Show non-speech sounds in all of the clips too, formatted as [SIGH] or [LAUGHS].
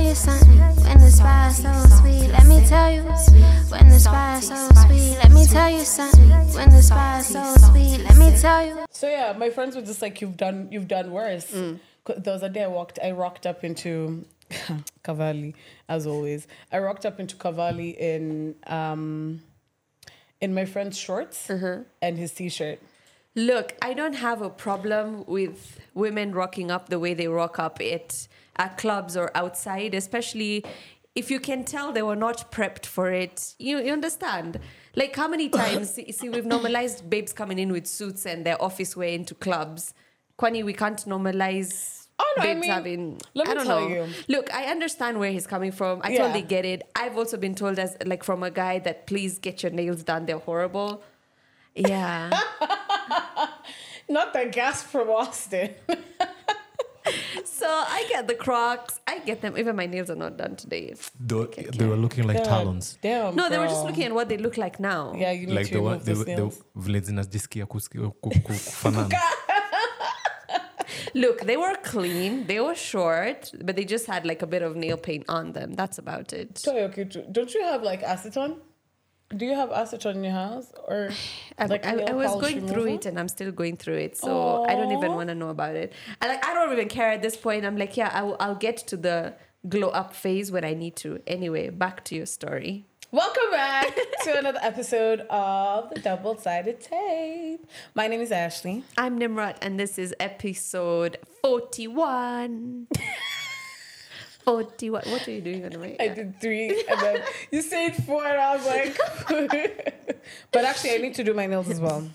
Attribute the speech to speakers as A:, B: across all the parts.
A: you something. When the spice so sweet, let me tell you. When the spice so sweet, let me tell you something. When the spice so sweet, let me tell you.
B: So yeah, my friends were just like, "You've done, you've done worse."
C: Mm.
B: 'Cause There was a day I walked, I rocked up into [LAUGHS] Cavalli, as always. I rocked up into Cavalli in um, in my friend's shorts
C: Mm-hmm.
B: and his t-shirt.
C: Look, I don't have a problem with women rocking up the way they rock up at, at clubs or outside, especially if you can tell they were not prepped for it. You, you understand? Like, how many
B: [LAUGHS]
C: times, see, see, we've normalized babes coming in with suits and their office wear into clubs. Kwani, we can't normalize.
B: Oh, no, I
C: babes
B: mean,
C: having,
B: let me
C: I don't
B: tell
C: know.
B: you.
C: Look, I understand where he's coming from. I
B: Yeah.
C: totally get it. I've also been told as like from a guy that please get your nails done. They're horrible.
B: [LAUGHS]
C: Yeah.
B: Not the gas from Austin.
C: So I get the Crocs. I get them. Even my nails are not done today.
D: They were, they were looking like [LAUGHS] talons.
B: Damn.
C: No, they were just
B: girl.
C: looking at what they look like now.
B: Oh, Yeah, you need
D: Like
B: to
D: the one,
B: remove
D: they,
B: those
D: were- they,
B: nails.
D: were- vile zinazijisikia kusikia- ku- ku- kufanana.
C: Look, they were clean. They were short, but they just had like a bit of nail paint on them. That's about it.
B: Sorry, okay, do- don't you have like acetone? Do you have acetone in your house or
C: [SIGHS] I,
B: like a
C: I, I
B: nail
C: was
B: polish
C: going through
B: remover?
C: it and I'm still going through it. So I don't even
B: Aw.
C: want to know about it. I like I don't even care at this point. I'm like, yeah, I will, I'll get to the glow up phase when I need to. Anyway, back to your story.
B: Welcome
C: [LAUGHS]
B: back to another episode of the Double Sided Tape. My name is Ashley.
C: I'm Nimrat, and this is episode
B: [LAUGHS]
C: 41. 41. What are you doing on the mic?
B: I did three, and then you said four, and I was like, [LAUGHS] but actually, I need to do my nails as well.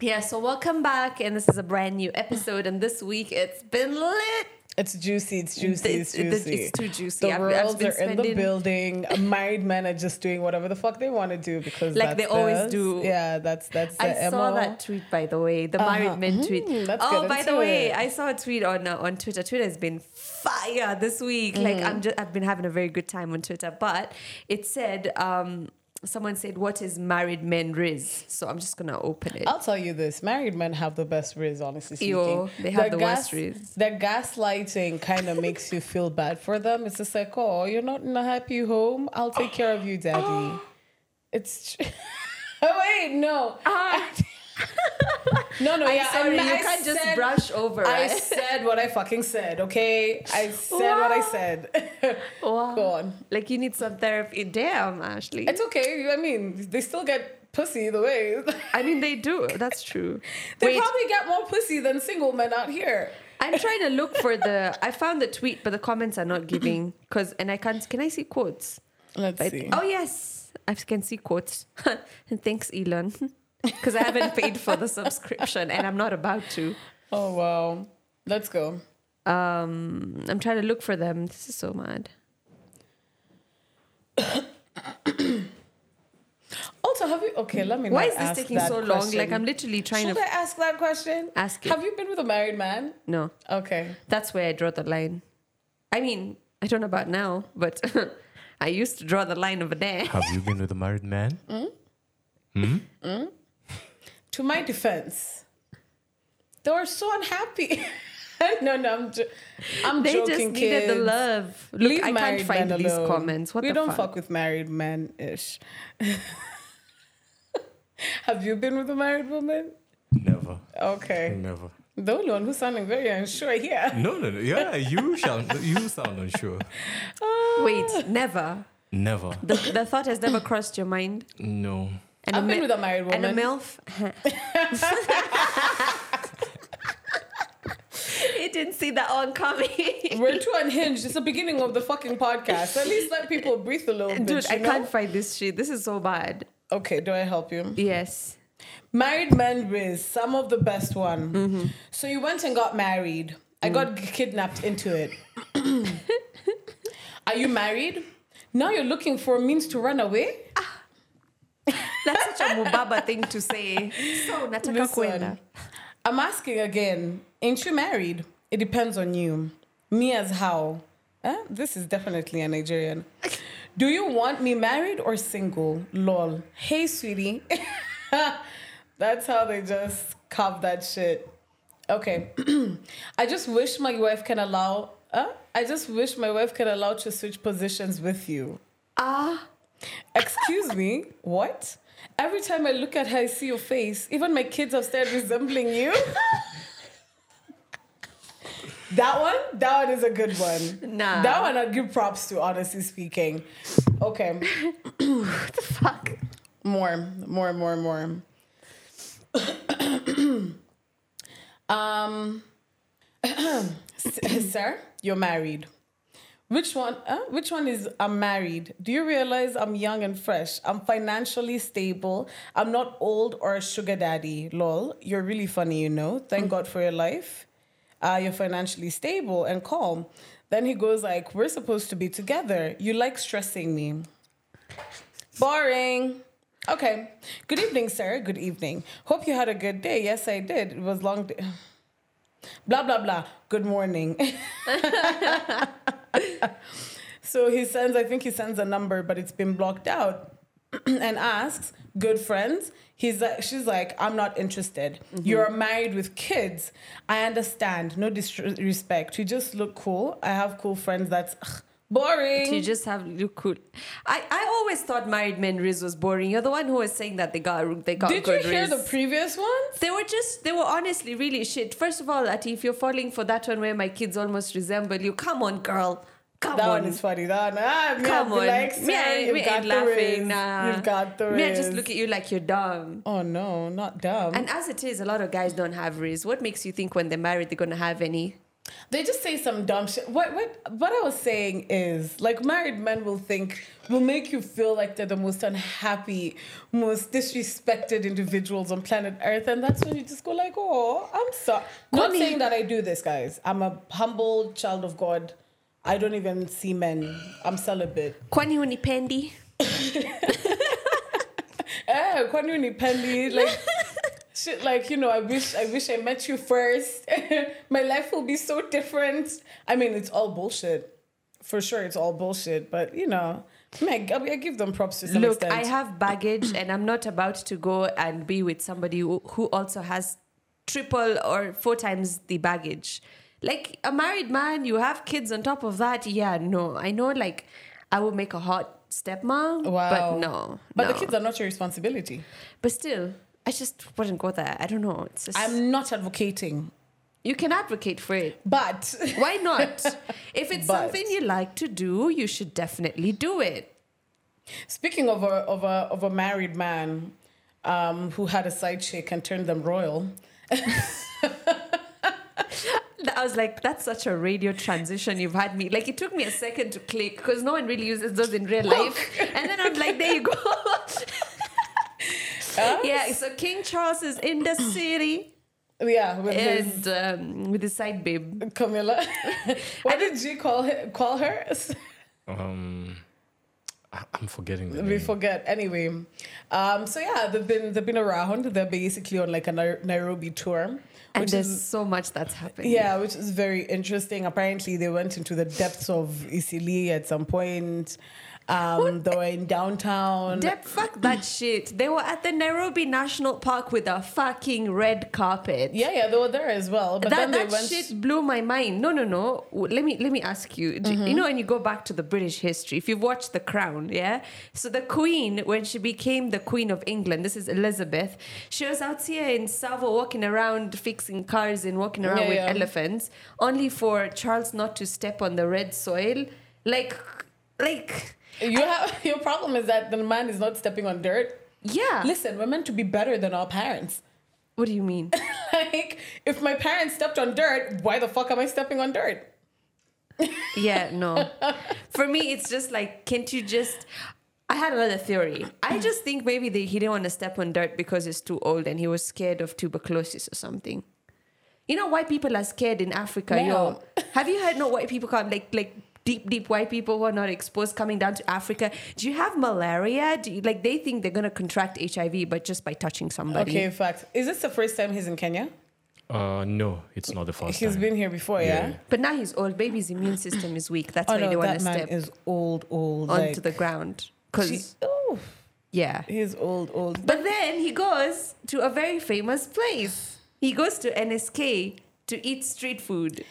C: Yeah, so welcome back, and this is a brand new episode, and this week it's been lit.
B: It's juicy. It's juicy. It's,
C: It's- it's-
B: juicy.
C: it's too juicy.
B: The
C: I've- I've
B: girls
C: been
B: are in the
C: spending-
B: building. Married men are just doing whatever the fuck they want to do because
C: Like they
B: that's
C: always
B: the-
C: do.
B: Yeah, that's that's. The
C: I saw
B: MO.
C: that tweet, by the way, the married men tweet.
B: Mm, let's
C: oh,
B: get
C: by the
B: into
C: way,
B: it.
C: I saw a tweet on uh, on Twitter. Twitter has been fire this week.
B: Mm.
C: Like I'm just, I've been having a very good time on Twitter, but it said. Um, Someone said, "What is married men riz?" So I'm just gonna open it.
B: I'll tell you this: married men have the best riz, honestly speaking.
C: Yo, they have the worst riz.
B: The gaslighting kind of makes you feel bad for them. It's just like, oh, you're not in a happy home. I'll take care of you,
C: [GASPS]
B: daddy. it's. Tr- [LAUGHS] oh wait, no, [LAUGHS]
C: Ah.
B: no, no.
C: I'm
B: yeah,
C: sorry,
B: mean,
C: you
B: I
C: can't just
B: said-
C: brush over
B: I
C: it.
B: said what I fucking said. Okay, I said what I
C: Wow.
B: said.
C: [LAUGHS]
B: [LAUGHS]
C: Wow.
B: Go on.
C: Like you need some therapy. Damn, Ashley.
B: It's okay. you- I mean, they still get pussy either way. [LAUGHS]
C: I mean, they do. That's true.
B: they
C: Wait,
B: probably get more pussy than single men out here.
C: I'm trying to look for the. I found the tweet, but the comments are not giving. Cause and I can't. Can I see quotes?
B: Let's
C: But-
B: see.
C: oh yes, I can see quotes. [LAUGHS] and thanks, Elon, [LAUGHS] because I haven't paid for the subscription, and I'm not about to.
B: Oh wow. Let's go.
C: Um, I'm trying to look for them. This is so mad.
B: Also, have you okay? Let me.
C: Why
B: not
C: is this
B: ask
C: taking
B: that
C: so long?
B: question.
C: Like I'm literally trying
B: Should
C: to.
B: I ask that question?
C: Ask it.
B: Have you been with a married man?
C: no,
B: Okay.
C: that's where I draw the line. I mean, I don't know about now, but [LAUGHS] I used to draw the line over there.
D: Have you been with a married man?
B: To my defense, they were so unhappy. [LAUGHS] no, no, I'm, jo- I'm
C: They
B: joking.
C: just needed
B: kids.
C: the love. Look,
B: Leave
C: I can't
B: married
C: find
B: men
C: these
B: alone.
C: comments. What
B: we
C: the
B: don't
C: fuck?
B: fuck with married men ish. [LAUGHS] Have you been with a married woman?
D: Never.
B: Okay.
D: Never.
B: The only one who's sounding very unsure here.
D: No, no, no. Yeah, you sound, you sound unsure.
B: Uh,
C: Wait, never.
D: Never.
C: The, the thought has never crossed your mind.
D: No.
C: And
B: I've been
C: mil-
B: with a married
C: and a
B: woman. [LAUGHS]
C: milf. you didn't see that one coming.
B: We're too unhinged. It's the beginning of the fucking podcast. At least let people breathe a little bit.
C: Dude,
B: you
C: I
B: know?
C: can't find this shit. This is so bad.
B: Okay, do I help you?
C: Yes.
B: Married men with some of the best one.
C: Mm-hmm.
B: So you went and got married. I got
C: Mm.
B: g- kidnapped into it. [COUGHS] Are you married? Now you're looking for a means to run away?
C: That's such a mubaba thing to say. So, nataka kwenda.
B: Listen, I'm asking again. Ain't you married? It depends on you. Me as how? Huh? This is definitely a Nigerian. Do you want me married or single? Lol. Hey, sweetie. [LAUGHS] That's how they just [CLEARS THROAT] cop that shit. Okay. I just wish my wife can allow. Uh, I I just wish my wife could allow to switch positions with you.
C: Ah,
B: Excuse me, what? Every time I look at her, I see your face. Even my kids have started resembling you. that one, that one is a good one.
C: Nah.
B: That one I give props to, honestly speaking. Okay,
C: fuck.
B: more, more, more, more. [COUGHS] um, [COUGHS] s- sir, you're married. Which one? Uh, which one is I'm married? Do you realize I'm young and fresh? I'm financially stable. I'm not old or a sugar daddy. Lol, you're really funny, you know. Thank God for your life. Uh, you're financially stable and calm. Then he goes like, "We're supposed to be together. You like stressing me." Boring. Okay. Good evening, sir. Good evening. Hope you had a good day. Yes, I did. It was long. Day. [SIGHS] Blah blah blah. Good morning. [LAUGHS] so he sends. I think he sends a number, but it's been blocked out. [CLEARS THROAT] and asks, "Good friends?" He's like, she's like, "I'm not interested.
C: Mm-hmm.
B: You're married with kids. I understand. No disrespect. You just look cool. I have cool friends. That's ugh, boring.
C: You just have look cool. I, I always thought married men Riz was boring. You're the one who was saying that they got they got
B: Did you
C: good
B: hear
C: Riz.
B: the previous one?
C: they were just they were honestly really shit. First of all, Ati, if you're falling for that one where my kids almost resemble you, come on, girl. Come
B: That
C: on.
B: one is funny. That one, ah, me,
C: Come
B: I'd be
C: on.
B: Like,
C: me, I,
B: "Sir, you've
C: me
B: got
C: ain't
B: the riz.
C: laughing. Nah.
B: You've got the
C: Me, I just
B: riz."
C: look at you like you're dumb.
B: Oh no, not dumb.
C: And as it is, a lot of guys don't have riz. What makes you think when they're married they're gonna have any?
B: they just say some dumb shit. What what what I was saying is like married men will think will make you feel like they're the most unhappy, most disrespected individuals on planet Earth, and that's when you just go like, oh, I'm sorry. Not
C: Connie-
B: saying that I do this, guys. I'm a humble child of God. I don't even see men. I'm celibate.
C: Kwani unipendi?
B: Eh, kwani unipendi
C: [LAUGHS]
B: like shit like you know i wish i wish i met you first [LAUGHS] my life will be so different i mean it's all bullshit for sure it's all bullshit but you know I, I, I give them props to some
C: Look,
B: extent
C: I have baggage, and I'm not about to go and be with somebody who, who also has triple or four times the baggage. Like a married man, you have kids on top of that. Yeah, no, I know. Like, I will make a hot stepmom, but no,
B: but the
C: no.
B: kids are not your responsibility
C: But still, I just wouldn't go there. I don't know. It's just
B: i'm not advocating
C: you can advocate for it.
B: but [LAUGHS]
C: Why not? if it's
B: But-
C: something you like to do, you should definitely do it.
B: Speaking of a of a of a married man um, who had a side chick and turned them royal.
C: I was like, that's such a radio transition you've had me. Like, it took me a second to click because no one really uses those in
B: [LAUGHS]
C: real life.
B: Oh.
C: And then I'm like, there you go.
B: Huh?
C: yeah, so King Charles is in the city
B: Yeah, with his
C: and um, with his side babe.
B: Camilla.
C: [LAUGHS]
B: what did G call her, call her? [LAUGHS]
D: Um, I- I'm forgetting the
B: we
D: name.
B: forget. Anyway, um, so yeah, they've been they've been around. They're basically on like a Nai- Nairobi tour,
C: And
B: which
C: there's
B: is
C: so much that's happening.
B: yeah, which is very interesting. Apparently, they went into the depths of Isili at some point. Um, they were in downtown.
C: Dep, fuck that shit. They were at the Nairobi National Park with a fucking red carpet.
B: yeah, yeah, they were there as well. But
C: that
B: then they
C: that
B: went.
C: shit blew my mind. No, no, no. W- Let me let me ask you. Do-
B: Mm-hmm.
C: You know, when you go back to the British history, if you've watched The Crown, yeah. So the Queen, when she became the Queen of England, this is Elizabeth. She was out here in Savo walking around fixing cars and walking around
B: Yeah,
C: with
B: yeah.
C: elephants, only for Charles not to step on the red soil, like, like,
B: You have [LAUGHS] your problem is that the man is not stepping on dirt.
C: yeah.
B: Listen, we're meant to be better than our parents. [LAUGHS]
C: What do you mean?
B: like, if my parents stepped on dirt, why the fuck am I stepping on dirt?
C: Yeah, no. For me, it's just like, can't you just? I had another theory. I just think maybe they, he didn't want to step on dirt because he's too old and he was scared of tuberculosis or something. You know, white people are scared in Africa. Yo, have you heard? No, white people come like like deep, deep white people who are not exposed coming down to Africa. Do you have malaria? Do you, like they think they're gonna contract HIV, but just by touching somebody.
B: Okay, fact. Is this the first time he's in Kenya?
D: Uh, no, it's not the first
B: He's
D: time.
B: been here before, yeah.
D: Yeah.
C: But now he's old. Baby's immune system is weak. That's
B: Oh
C: why they
B: no,
C: want to
B: that man
C: step
B: is old, old.
C: onto
B: like,
C: the ground.
B: he-
C: Cause
B: oh,
C: yeah,
B: he's old, old.
C: But then he goes to a very famous place. He goes to NSK to eat street food.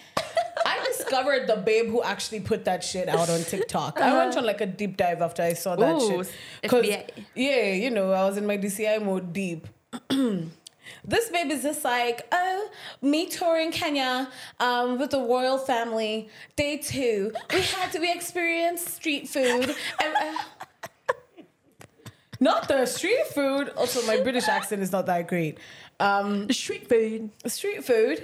B: I discovered the babe who actually put that shit out on TikTok. I went on like a deep dive after I saw that
C: Ooh,
B: shit. 'Cause,
C: FBI.
B: yeah, you know, I was in my DCI mode deep. [CLEARS THROAT] this babe is just like, oh, me touring Kenya um, with the royal family, day two. We had to, we experienced street food. And, uh, [LAUGHS] not the street food. Also, my British accent is not that great. Um,
C: Street food.
B: street food.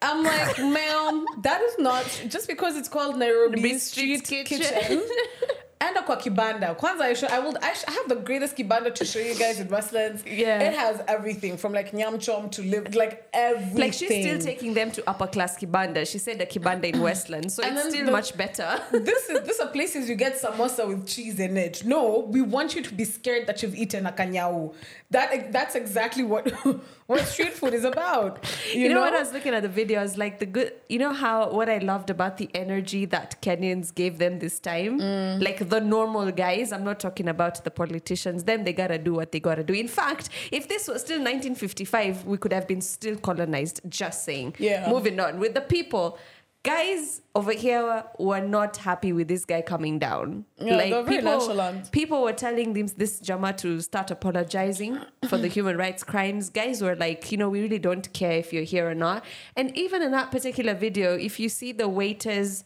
B: I'm
C: [LAUGHS]
B: like, ma'am, that is not just because it's called Nairobi
C: Be
B: Street,
C: street
B: Kitchen.
C: kitchen.
B: [LAUGHS] And a kwa kibanda. Kwanza, I, show, I will. I, sh- I have the greatest kibanda to show you guys in Westlands.
C: Yeah.
B: it has everything from like nyam chom to live, like everything.
C: [LAUGHS] Like she's still taking them to upper class kibanda. She said the kibanda in Westland, so
B: And
C: it's
B: then
C: still
B: the-
C: much better.
B: this is these are places you get samosa with cheese in it. No, we want you to be scared that you've eaten a kanyau. That that's exactly what [LAUGHS] what street food is about. You,
C: You, know, what? I was looking at the videos, like the good. You know how what I loved about the energy that Kenyans gave them this time, like the normal guys. I'm not talking about the politicians. Them they gotta do what they gotta do. In fact, if this was still 1955, we could have been still colonized. Just saying.
B: Yeah.
C: Moving on with the people. Guys over here were not happy with this guy coming down.
B: Yeah, they were very nonchalant.
C: People were telling them this Jama to start apologizing for the human rights crimes. Guys were like, you know, we really don't care if you're here or not. And even in that particular video, if you see the waiters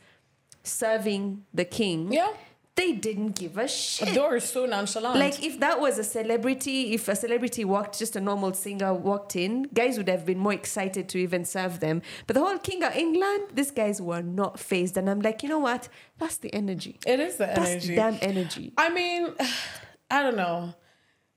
C: serving the king,
B: Yeah.
C: they didn't give a shit.
B: The door is so nonchalant.
C: Like if that was a celebrity, if a celebrity walked, just a normal singer walked in, guys would have been more excited to even serve them. But the whole King of England, these guys were not phased. And I'm like, you know what? That's the energy.
B: it is the
C: That's
B: energy.
C: the damn energy.
B: I mean, [SIGHS] I don't know.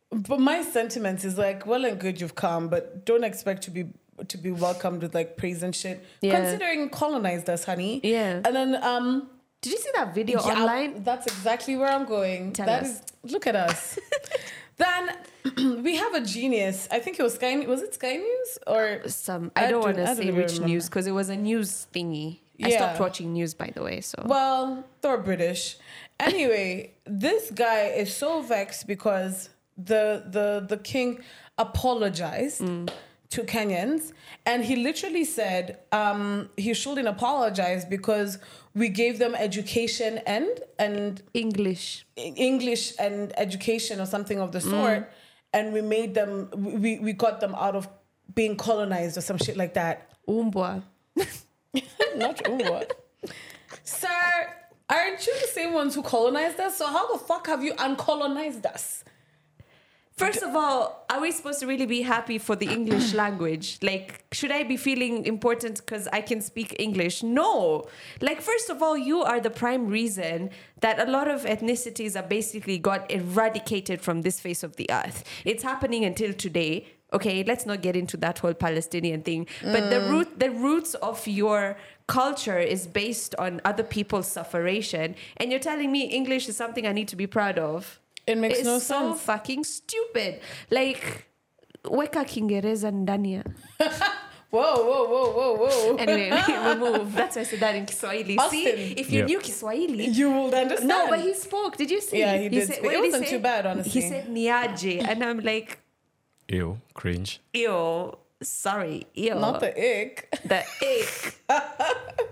B: But my sentiment is like, well and good you've come, but don't expect to be to be welcomed with like praise and shit.
C: Yeah.
B: Considering colonized us, honey.
C: Yeah.
B: And then um
C: Did you see that video
B: Yeah,
C: online?
B: That's exactly where I'm going.
C: Tell
B: That
C: us.
B: is- look at
C: [LAUGHS]
B: us. then [CLEARS THROAT] we have a genius. I think it was Sky. Was it Sky News or
C: Some I, don't
B: do-
C: want
B: I
C: to
B: don't
C: say
B: even
C: which
B: remember.
C: news because it was a news thingy. I
B: Yeah.
C: stopped watching news by the way. So
B: Well, they're British. Anyway, this guy is so vexed because the the the king apologized to Kenyans, and he literally said um, he shouldn't apologize because we gave them education and and E,
C: English.
B: English and education or something of the sort, and we made them we we got them out of being colonized or some shit like that.
C: Umbwa.
B: Not oh what? Sir, aren't you the same ones who colonized us? So how the fuck have you uncolonized us?
C: First of all, are we supposed to really be happy for the English language? Like, should I be feeling important because I can speak English? No. Like, first of all, you are the prime reason that a lot of ethnicities are basically got eradicated from this face of the earth. It's happening until today. Okay, let's not get into that whole Palestinian thing. But the root, the roots of your culture is based on other people's sufferation, and you're telling me English is something I need to be proud of
B: It makes
C: it's
B: no
C: so
B: sense.
C: fucking stupid. Like, weka Kiingereza ndani ya.
B: Whoa, whoa, whoa, whoa, whoa. [LAUGHS]
C: Anyway, we move. That's why I said that in Kiswahili. See,
B: Austin.
C: if you
D: Yeah.
C: knew Kiswahili.
B: you will understand.
C: No, but he spoke. Did you see?
B: Yeah, he did speak.
C: what
B: It
C: he
B: wasn't
C: say?
B: too bad, honestly.
C: He said
B: [LAUGHS]
C: niaje, and I'm like,
D: Ew, cringe.
C: ew, sorry, ew.
B: not the ick.
C: the ick.
B: [LAUGHS]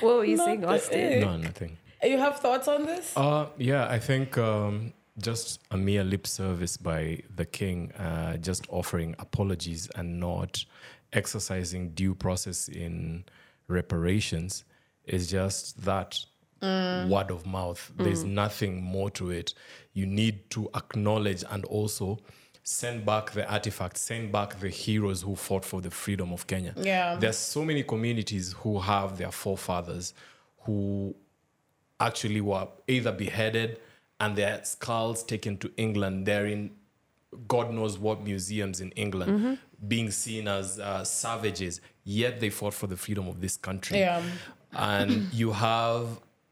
C: what were you
B: Not
C: saying,
B: the
C: Austin?
B: ick.
D: No, nothing.
B: [LAUGHS] You have thoughts on this?
D: Uh, yeah, I think um, just a mere lip service by the king, uh, just offering apologies and not exercising due process in reparations is just that word of mouth. There's nothing more to it. You need to acknowledge and also send back the artifacts, send back the heroes who fought for the freedom of Kenya.
B: Yeah.
D: There's so many communities who have their forefathers who actually were either beheaded and their skulls taken to England. They're in God knows what museums in England,
B: Mm-hmm.
D: being seen as uh, savages, yet they fought for the freedom of this country.
B: Yeah. [CLEARS THROAT]
D: And you have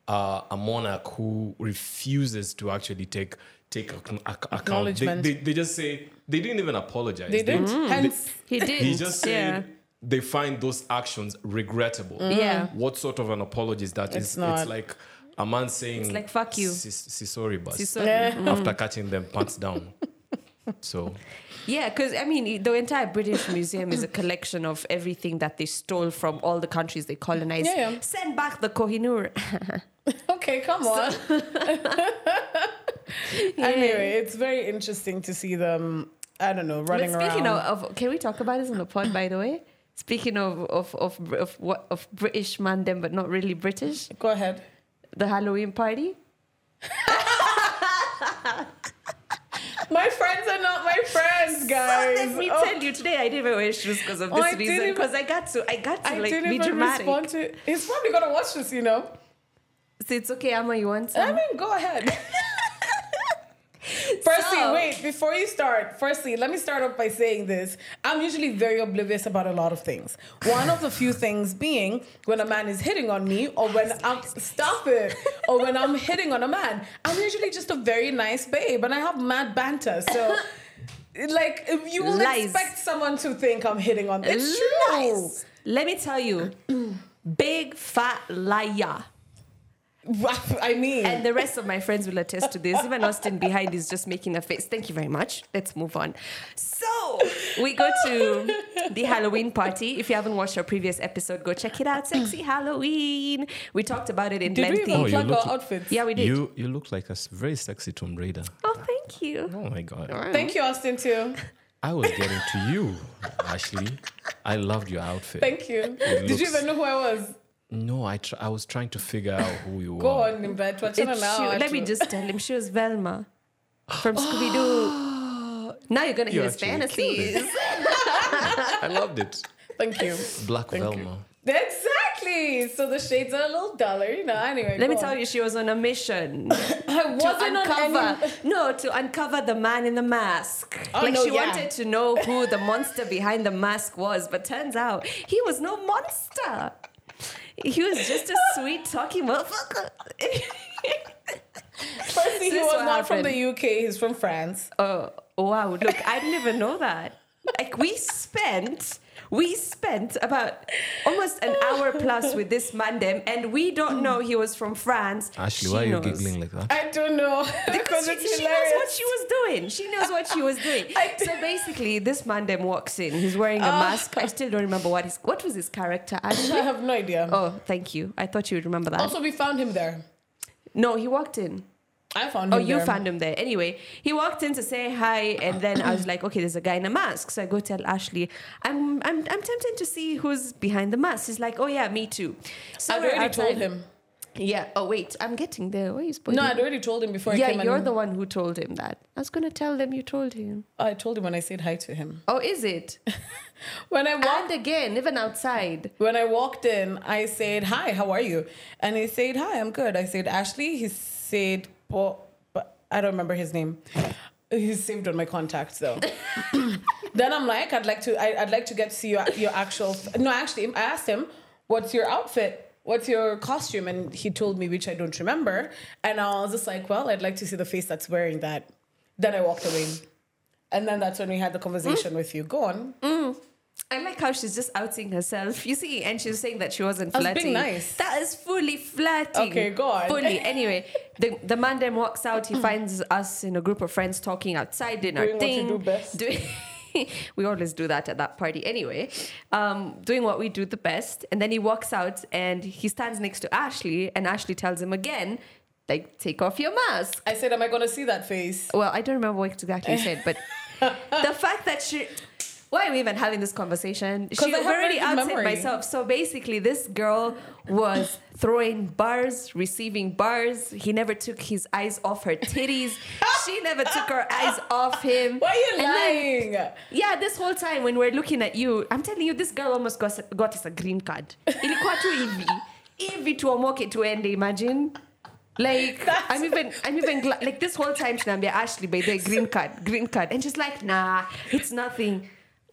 D: uh, a monarch who refuses to actually take take ac- ac- account. They,
B: Acknowledgement.
D: they, they just say they didn't even apologize.
B: They didn't.
C: Mm.
B: Hence,
C: He did.
D: He just said they find those actions regrettable.
C: Yeah.
D: What sort of an apology is that? It's, it's,
B: not.
D: like a man saying,
C: like, "Fuck you."
D: "Si- si- sorry, boss,"
C: See, so-
B: Yeah.
D: after catching them pants down. So
C: Yeah, because I mean, the entire British Museum is a collection of everything that they stole from all the countries they colonized.
B: Yeah, yeah.
C: Send back the Kohinoor.
B: Okay, come on. [LAUGHS] Anyway, it's very interesting to see them. I don't know, [LAUGHS] running
C: but speaking
B: around.
C: Of, of, can we talk about this on the pod, by the way? Speaking of of of of what of British mandem, but not really British,
B: Go ahead.
C: the Halloween party.
B: My friends are not my friends, guys.
C: let me
B: Oh,
C: tell you, today I didn't even wear shoes because of
B: Oh,
C: this
B: I didn't
C: reason.
B: even-
C: Because I got to, I got to
B: I
C: like
B: didn't
C: be
B: even
C: dramatic.
B: respond to. He's probably gonna watch this, you know.
C: So it's okay, Amma. You want
B: I
C: some?
B: mean, go ahead.
C: [LAUGHS]
B: Firstly,
C: So-
B: wait, before you start, firstly, let me start off by saying this. I'm usually very oblivious about a lot of things. One of the few things being when a man is hitting on me or when I'm stop it. Or when I'm hitting on a man. I'm usually just a very nice babe and I have mad banter. So like you will
C: Lies.
B: expect someone to think I'm hitting on it's true.
C: Lies. Let me tell you, [CLEARS THROAT] big fat liar.
B: I mean
C: And the rest of my friends will attest to this. Even Austin behind is just making a face. Thank you very much. Let's move on. So we go to the Halloween party. If you haven't watched our previous episode, go check it out. Sexy Halloween. We talked about it in
B: did we
C: lengthy.
B: even
D: you
B: plug
D: look-
B: our outfits?
C: yeah, we did.
D: you you look like a s- very sexy Tomb Raider.
C: oh, thank you.
D: Oh my god.
B: Thank you, Austin too.
D: I was getting to you, Ashley. I loved your outfit.
B: Thank you.
D: It
B: Did you
D: looks-
B: even know who I was?
D: no, I tr- I was trying to figure out who you
B: Go
D: were.
B: on, Nimbet. What's
C: It's she- let me just tell him she was Velma from Scooby Doo. Now you're gonna hear
D: You
C: his
D: actually killed it.
C: fantasies.
D: I loved it.
B: Thank you.
D: Black
B: Thank you.
D: Velma.
B: Exactly. So the shades are a little duller, you know. Anyway,
C: Let me
B: go
C: tell
B: on.
C: you, she was on a mission
B: I
C: to
B: wasn't on
C: uncover.
B: any. [LAUGHS]
C: No, to uncover the man in the mask.
B: Oh,
C: like
B: no,
C: she
B: yeah.
C: wanted to know who the monster behind the mask was, but turns out he was no monster. He was just a sweet talking motherfucker. [LAUGHS]
B: Firstly, he
C: This
B: was
C: what
B: not from
C: happened.
B: the UK. He's from France.
C: oh wow! Look, I didn't even know that. Like we spent. We spent about almost an hour plus with this mandem, and we don't know he was from France.
D: Ashley,
C: She
D: why are you
C: knows.
D: giggling like that?
B: I don't know
C: [LAUGHS]
B: [LAUGHS] because
C: Because she,
B: it's
C: she knows what
B: hilarious.
C: she was doing. She knows what she was doing.
B: [LAUGHS] I Oh.
C: so basically, this mandem walks in. He's wearing a mask. I still don't remember what his what was his character.
B: I
C: Actually,
B: have no idea.
C: oh, thank you. I thought you would remember that.
B: Also, we found him there.
C: no, he walked in.
B: I found
C: Oh,
B: him.
C: you
B: there.
C: found him there. Anyway, he walked in to say hi, and then I was like, okay, there's a guy in a mask. So I go tell Ashley, I'm I'm I'm tempted to see who's behind the mask. He's like, oh yeah, me too. So
B: I'd
C: we're
B: already told
C: outside.
B: him.
C: Yeah. Oh wait, I'm getting there. Where are you supposed?
B: No, I'd already told him before I came.
C: yeah, you're
B: and-
C: the one who told him that. I was gonna tell them you told him.
B: I told him when I said hi to him.
C: Oh, is [LAUGHS] it?
B: When I walked
C: And again, even outside.
B: When I walked in, I said, Hi, how are you? And he said, Hi, I'm good. I said, Ashley. He said, Paul, but I don't remember his name. He's saved on my contacts though. then I'm like, I'd like to, I, I'd like to get to see your, your actual. No, actually, I asked him, What's your outfit? What's your costume? And he told me, which I don't remember. And I was just like, Well, I'd like to see the face that's wearing that. Then I walked away. And then that's when we had the conversation with you. Go on.
C: I like how she's just outing herself, you see, and she's saying that she wasn't
B: I was being
C: flirting.
B: nice.
C: That is fully flirting.
B: Okay, go on. [LAUGHS]
C: Fully. Anyway, the, the man then walks out. He finds us in a group of friends talking outside, doing our
B: Doing what you
C: thing.
B: do best.
C: [LAUGHS] doing- we always do that at that party. Anyway, um, doing what we do the best. And then he walks out and he stands next to Ashley, and Ashley tells him again, like, take off your mask.
B: I said, Am I going to see that face?
C: well, I don't remember what exactly you said, but
B: [LAUGHS]
C: the fact that she. Why are we even having this conversation? She
B: I have
C: we're
B: very
C: already
B: good
C: outside
B: memory.
C: myself. So basically, this girl was throwing bars, receiving bars. He never took his eyes off her
B: [LAUGHS]
C: titties. she never took her eyes off him.
B: Why are you
C: And then-
B: lying?
C: yeah, this whole time when we're looking at you, I'm telling you, this girl almost got, got us a green card. Ilikuwa tu hivi. Hivi tuomoke tuende, imagine. Like I'm even I'm even gla- like this whole time Shinambia Ashley by the green card green card and she's like nah it's nothing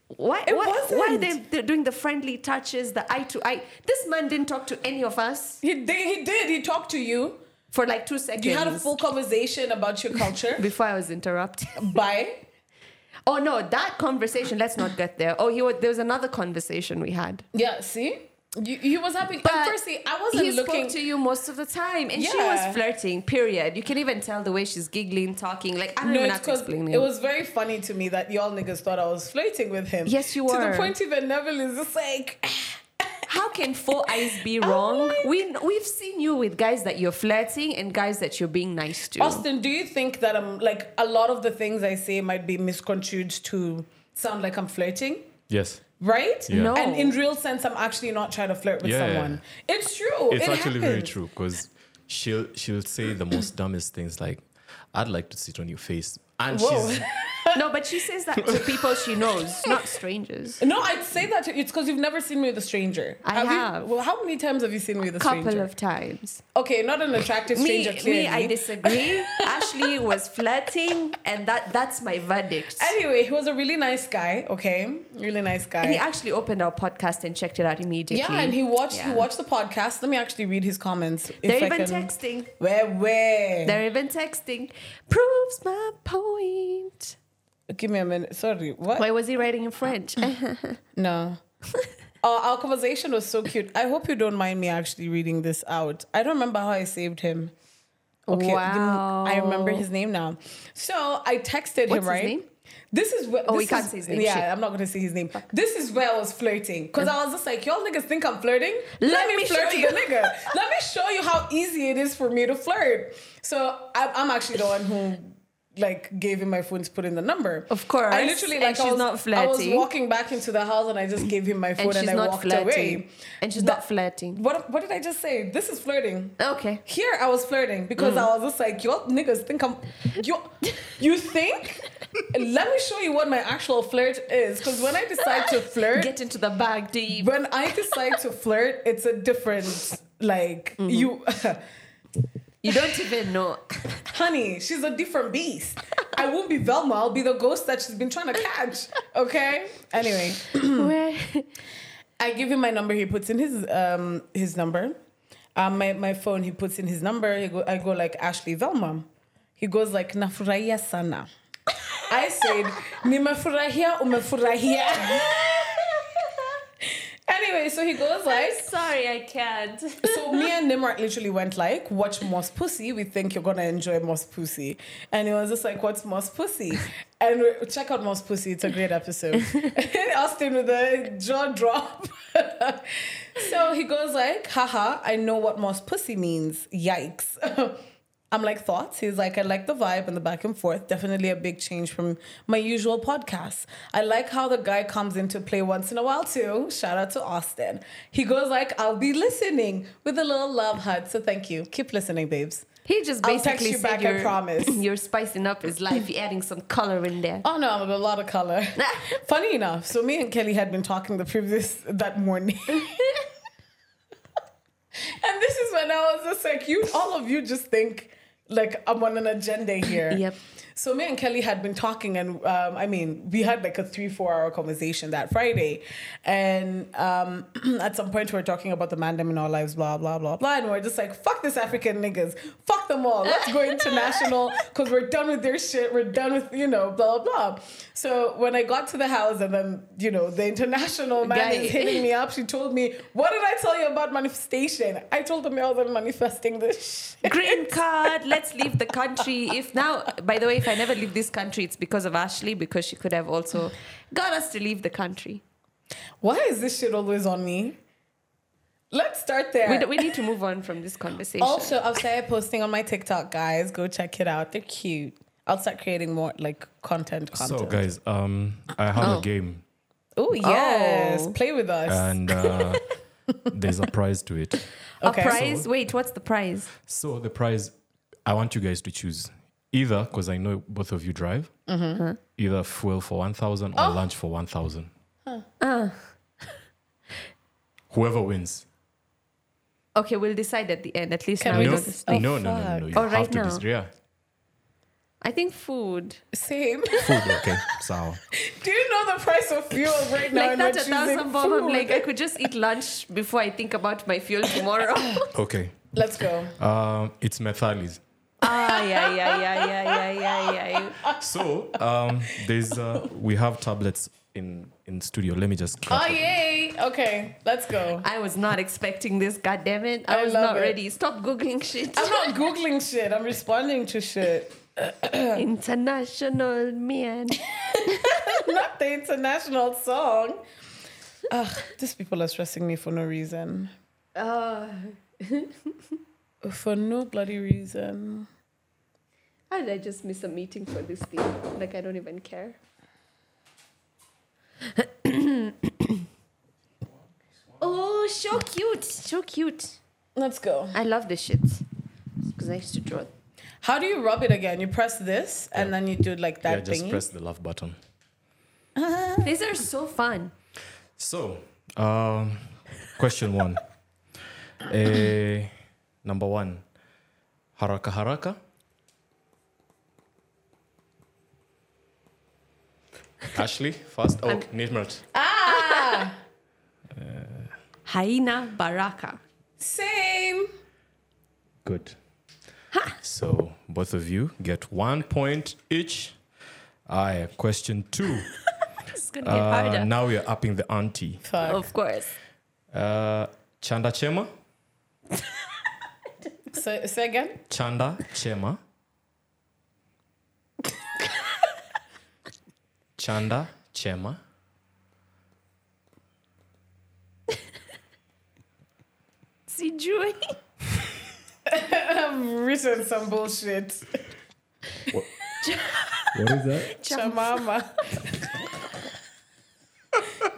C: why
B: It
C: why, why are
B: wasn't.
C: they they're doing the friendly touches the eye to eye this man didn't talk to any of us
B: he did. He did. He talked to you.
C: for like two seconds
B: You had a full conversation about your
C: [LAUGHS]
B: culture.
C: before I was interrupted [LAUGHS]
B: Bye.
C: oh no that conversation let's not get there oh he was, there was another conversation we had
B: Yeah. See. You, he was happy. But firstly, I wasn't
C: he
B: looking.
C: spoke to you most of the time, and she
B: Yeah.
C: was flirting. Period. You can even tell the way she's giggling, talking. Like I don't
B: no,
C: even
B: it's
C: have to
B: 'cause
C: explain
B: it was very funny to me that y'all niggas thought I was flirting with him.
C: Yes, you
B: To the
C: were.
B: point even Neville is just like, [LAUGHS]
C: How can four eyes be
B: I'm
C: wrong?
B: like-
C: we we've seen you with guys that you're flirting and guys that you're being nice to.
B: [LAUGHS] Austin, do you think that I'm like a lot of the things I say might be misconstrued to sound like I'm flirting?
D: Yes.
B: Right?
D: Yeah. No.
B: And in real sense, I'm actually not trying to flirt with
D: Yeah.
B: someone. It's true.
D: It's
B: it
D: actually very
B: happens.
D: true because she'll she'll say the most dumbest things like, "I'd like to sit on your face," and
B: Whoa.
C: [LAUGHS]
D: she's
C: No, but she says that to people she knows, not strangers.
B: No, I'd say that to- it's because you've never seen me with a stranger.
C: I
B: you-
C: have.
B: well, how many times have you seen me with a
C: A couple
B: [LAUGHS] stranger?
C: of times.
B: Okay, not an attractive stranger.
C: me,
B: clearly.
C: me, I
B: [LAUGHS]
C: disagree. Ashley was flirting, and that that's my verdict.
B: Anyway, he was a really nice guy. Okay, really nice guy.
C: And he actually opened our podcast and checked it out immediately.
B: yeah, and he watched
C: Yeah.
B: he watched the podcast. Let me actually read his comments. if
C: They're
B: I
C: even
B: can-
C: texting.
B: Where where?
C: They're even texting. Proves my point.
B: Give me a minute. Sorry, what?
C: Why was he writing in
B: [LAUGHS]
C: French? [LAUGHS]
B: No. uh, our conversation was so cute. I hope you don't mind me actually reading this out. I don't remember how I saved him. Okay, the-
C: Wow.
B: I remember his name now. So I texted him,
C: What's his
B: right?
C: name?
B: This is where.
C: Oh, we
B: this
C: can't
B: is-
C: say his name,
B: Yeah,
C: shit.
B: I'm not gonna say his name. This is where I was flirting because I was just like, y'all niggas think I'm flirting. Let,
C: Let
B: me,
C: me
B: flirt with
C: show you."
B: the nigga. Let me show you how easy it is for me to flirt. So I, I'm actually the one who like gave him my phone to put in the number.
C: Of course.
B: I literally
C: And
B: like I
C: she's
B: was-
C: not
B: I was
C: flirting.
B: walking back into the house and I just gave him my phone
C: and
B: and,
C: she's
B: I
C: not
B: walked
C: flirting.
B: away.
C: And she's
B: That-
C: not flirting.
B: What what did I just say? This is flirting.
C: Okay.
B: Here I was flirting because
C: Mm.
B: I was just like, y'all niggas think I'm you you think? Let me show you what my actual flirt is. Cause when I decide to flirt
C: Get into the bag deep.
B: when I decide to flirt, it's a different like
C: Mm-hmm.
B: you [LAUGHS]
C: You don't even know.
B: honey, she's a different beast. I won't be Velma, I'll be the ghost that she's been trying to catch. Okay? Anyway.
C: Where?
B: I give him my number. He puts in his um his number, um my, my phone. He puts in his number. He go, I go like Ashley Velma. He goes like nafurahia sana. I said nimefurahia umefurahia. [LAUGHS] anyway, so he goes like.
C: Sorry, I can't.
B: So me and Nimrat literally went like, watch Moss Pussy. We think you're gonna enjoy Moss Pussy. And it was just like, what's Moss Pussy? And we- check out Moss Pussy. It's a great episode. Austin with a jaw drop. [LAUGHS] so he goes like, haha, I know what Moss Pussy means. Yikes. [LAUGHS] I'm like thoughts. He's like, I like the vibe and the back and forth. Definitely a big change from my usual podcast. I like how the guy comes into play once in a while too. Shout out to Austin. He goes like, I'll be listening with a little love hug. So thank you. Keep listening, babes.
C: He just
B: I'll text
C: basically
B: you
C: said
B: back, I
C: you're,
B: promise.
C: [LAUGHS] You're spicing up his life. You're adding some color
B: [LAUGHS]
C: in there.
B: Oh no, I'm a lot of color. Funny enough, so me and Kelly had been talking the previous that morning. and this is when I was just like, you all of you just think like I'm on an agenda here.
C: Yep.
B: So me and Kelly had been talking, and um, I mean, we had like a three, four hour conversation that Friday, and um, at some point we were talking about the mandem in our lives, blah blah blah blah, and we are just like, fuck this African niggas, fuck them all, let's
C: [LAUGHS]
B: go international, cause we're done with their shit, we're done with you know blah blah blah. So when I got to the house, and then you know the international man
C: Guy.
B: is hitting
C: [LAUGHS]
B: me up, she told me, what did I tell you about manifestation? I told them I was manifesting this. Shit.
C: Green card. Let's leave the country. If now, by the way, if I never leave this country, it's because of Ashley because she could have also got us to leave the country.
B: Why is this shit always on me? Let's start there.
C: We, d- we need to move on from this conversation.
B: Also, I've started posting on my TikTok, guys. Go check it out. They're cute. I'll start creating more like content. content.
D: so guys. Um, I have
C: Oh.
D: a game
B: Ooh, yes.
C: Oh.
B: Play with us.
D: and uh,
C: [LAUGHS]
D: there's a prize to it.
B: okay.
C: a prize. Wait, what's the prize?
D: So the prize, I want you guys to choose either because I know both of you drive,
C: Mm-hmm.
D: either fuel for one thousand
C: Oh.
D: or lunch for one thousand. Whoever wins.
C: Okay, we'll decide at the end. At least
B: Can
C: now
B: we
C: we
D: No,
C: know
B: just-
C: this.
B: oh,
D: no, no, no, no, no. You
C: Oh,
D: have
C: right
D: to
C: now.
D: dis- yeah.
C: I think food.
B: Same. [LAUGHS]
D: Food, okay. [LAUGHS] Sour.
B: Do you know the price of fuel right now?
C: Like
B: and we're
C: that's a
B: choosing
C: thousand bob. I'm
B: food?
C: like, I could just eat lunch before I think about my fuel tomorrow.
D: Okay.
B: Let's go.
D: Um, it's Methali's.
C: [LAUGHS] ah, yeah, yeah, yeah, yeah, yeah, yeah, yeah.
D: So um, there's uh, we have tablets in in studio. Let me just clap.
B: Oh
D: it.
B: yay! Okay, let's go.
C: I was not expecting this, God damn it! I,
B: I
C: was
B: love
C: not
B: it.
C: ready. Stop Googling shit.
B: I'm not googling shit. I'm responding to shit. [LAUGHS]
C: [LAUGHS] International man.
B: Not the international song. Ugh, these people are stressing me for no reason.
C: [LAUGHS] Uh,
B: For no bloody reason.
C: how did I just miss a meeting for this thing? Like, I don't even care. [COUGHS] oh, so cute. So cute.
B: Let's go.
C: I love this shit. Because I used to draw.
B: How do you rub it again? You press this and then you do like
D: Yeah,
B: that
D: just
B: thingy.
D: press the love button.
C: These are so fun.
D: So, um, question one. Eh, number one, haraka haraka. Ashley, first. Oh, Nirmat.
C: Haina Baraka.
B: Same.
D: Good. So, both of you get one point each. Aye, question two.
C: It's gonna get
D: Uh,
C: harder.
D: now we are upping the ante.
B: Fuck.
C: Of course.
D: Uh, Chanda Chema.
B: Say, say again. [LAUGHS]
D: Chanda Chema. Chanda Chema.
C: Sijui.
B: I've written some bullshit.
E: What is that?
B: Chamama.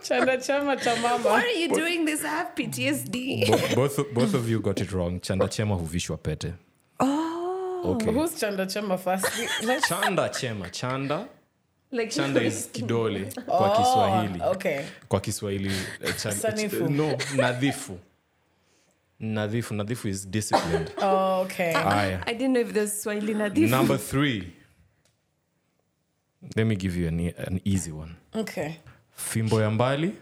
B: Chanda chama
C: Why
B: chamama.
C: [LAUGHS] are you doing this? I have PTSD.
D: Bo- both both of you got it wrong. Chanda Chema huvishwa pete. Oh. Okay.
B: Who's Chanda chama first? Let's-
D: Chanda Chema. Chanda.
C: Like [LAUGHS]
B: [LAUGHS]
D: Chanda is kidole kwa Kiswahili.
B: Oh, Okay.
D: Kwa Kiswahili. eh, chan-
B: Sanifu.
D: No, nadhifu. Nadhifu. Nadhifu is
B: [LAUGHS]
D: disciplined.
B: Oh, Okay.
D: Aya.
C: I didn't know if there's Swahili Nadif.
D: Number three. Let me give you an, e- an easy one.
B: Okay.
D: fimbo ya mbali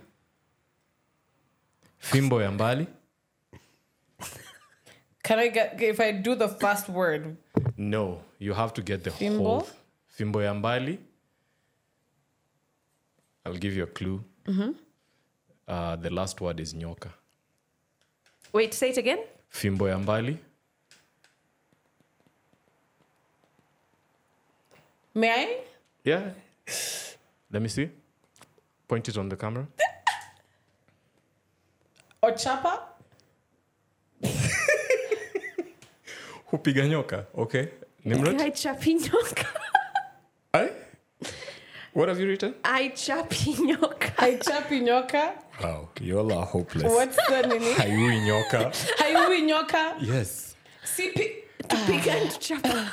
D: fimbo ya mbali
B: Can I get if I do the first word?
D: no you have to get the
B: Fimbo?
D: whole fimbo ya mbali i'll give you a clue uh, the last word is nyoka
C: Wait, say it again.
D: fimbo ya mbali
B: May I?
D: yeah let me see point it on the camera
B: Or chapa?
D: hupiga nyoka okay nimrod
C: I chapinyoka. [LAUGHS]
D: Aye? what have you written
C: I chapinyoka.
B: I chapinyoka.
D: wow you all are hopeless
B: What's
D: [LAUGHS]
B: the nini?
D: haiwi nyoka
B: Hayui nyoka.
D: [LAUGHS] yes
B: CP.
C: Big and chapa.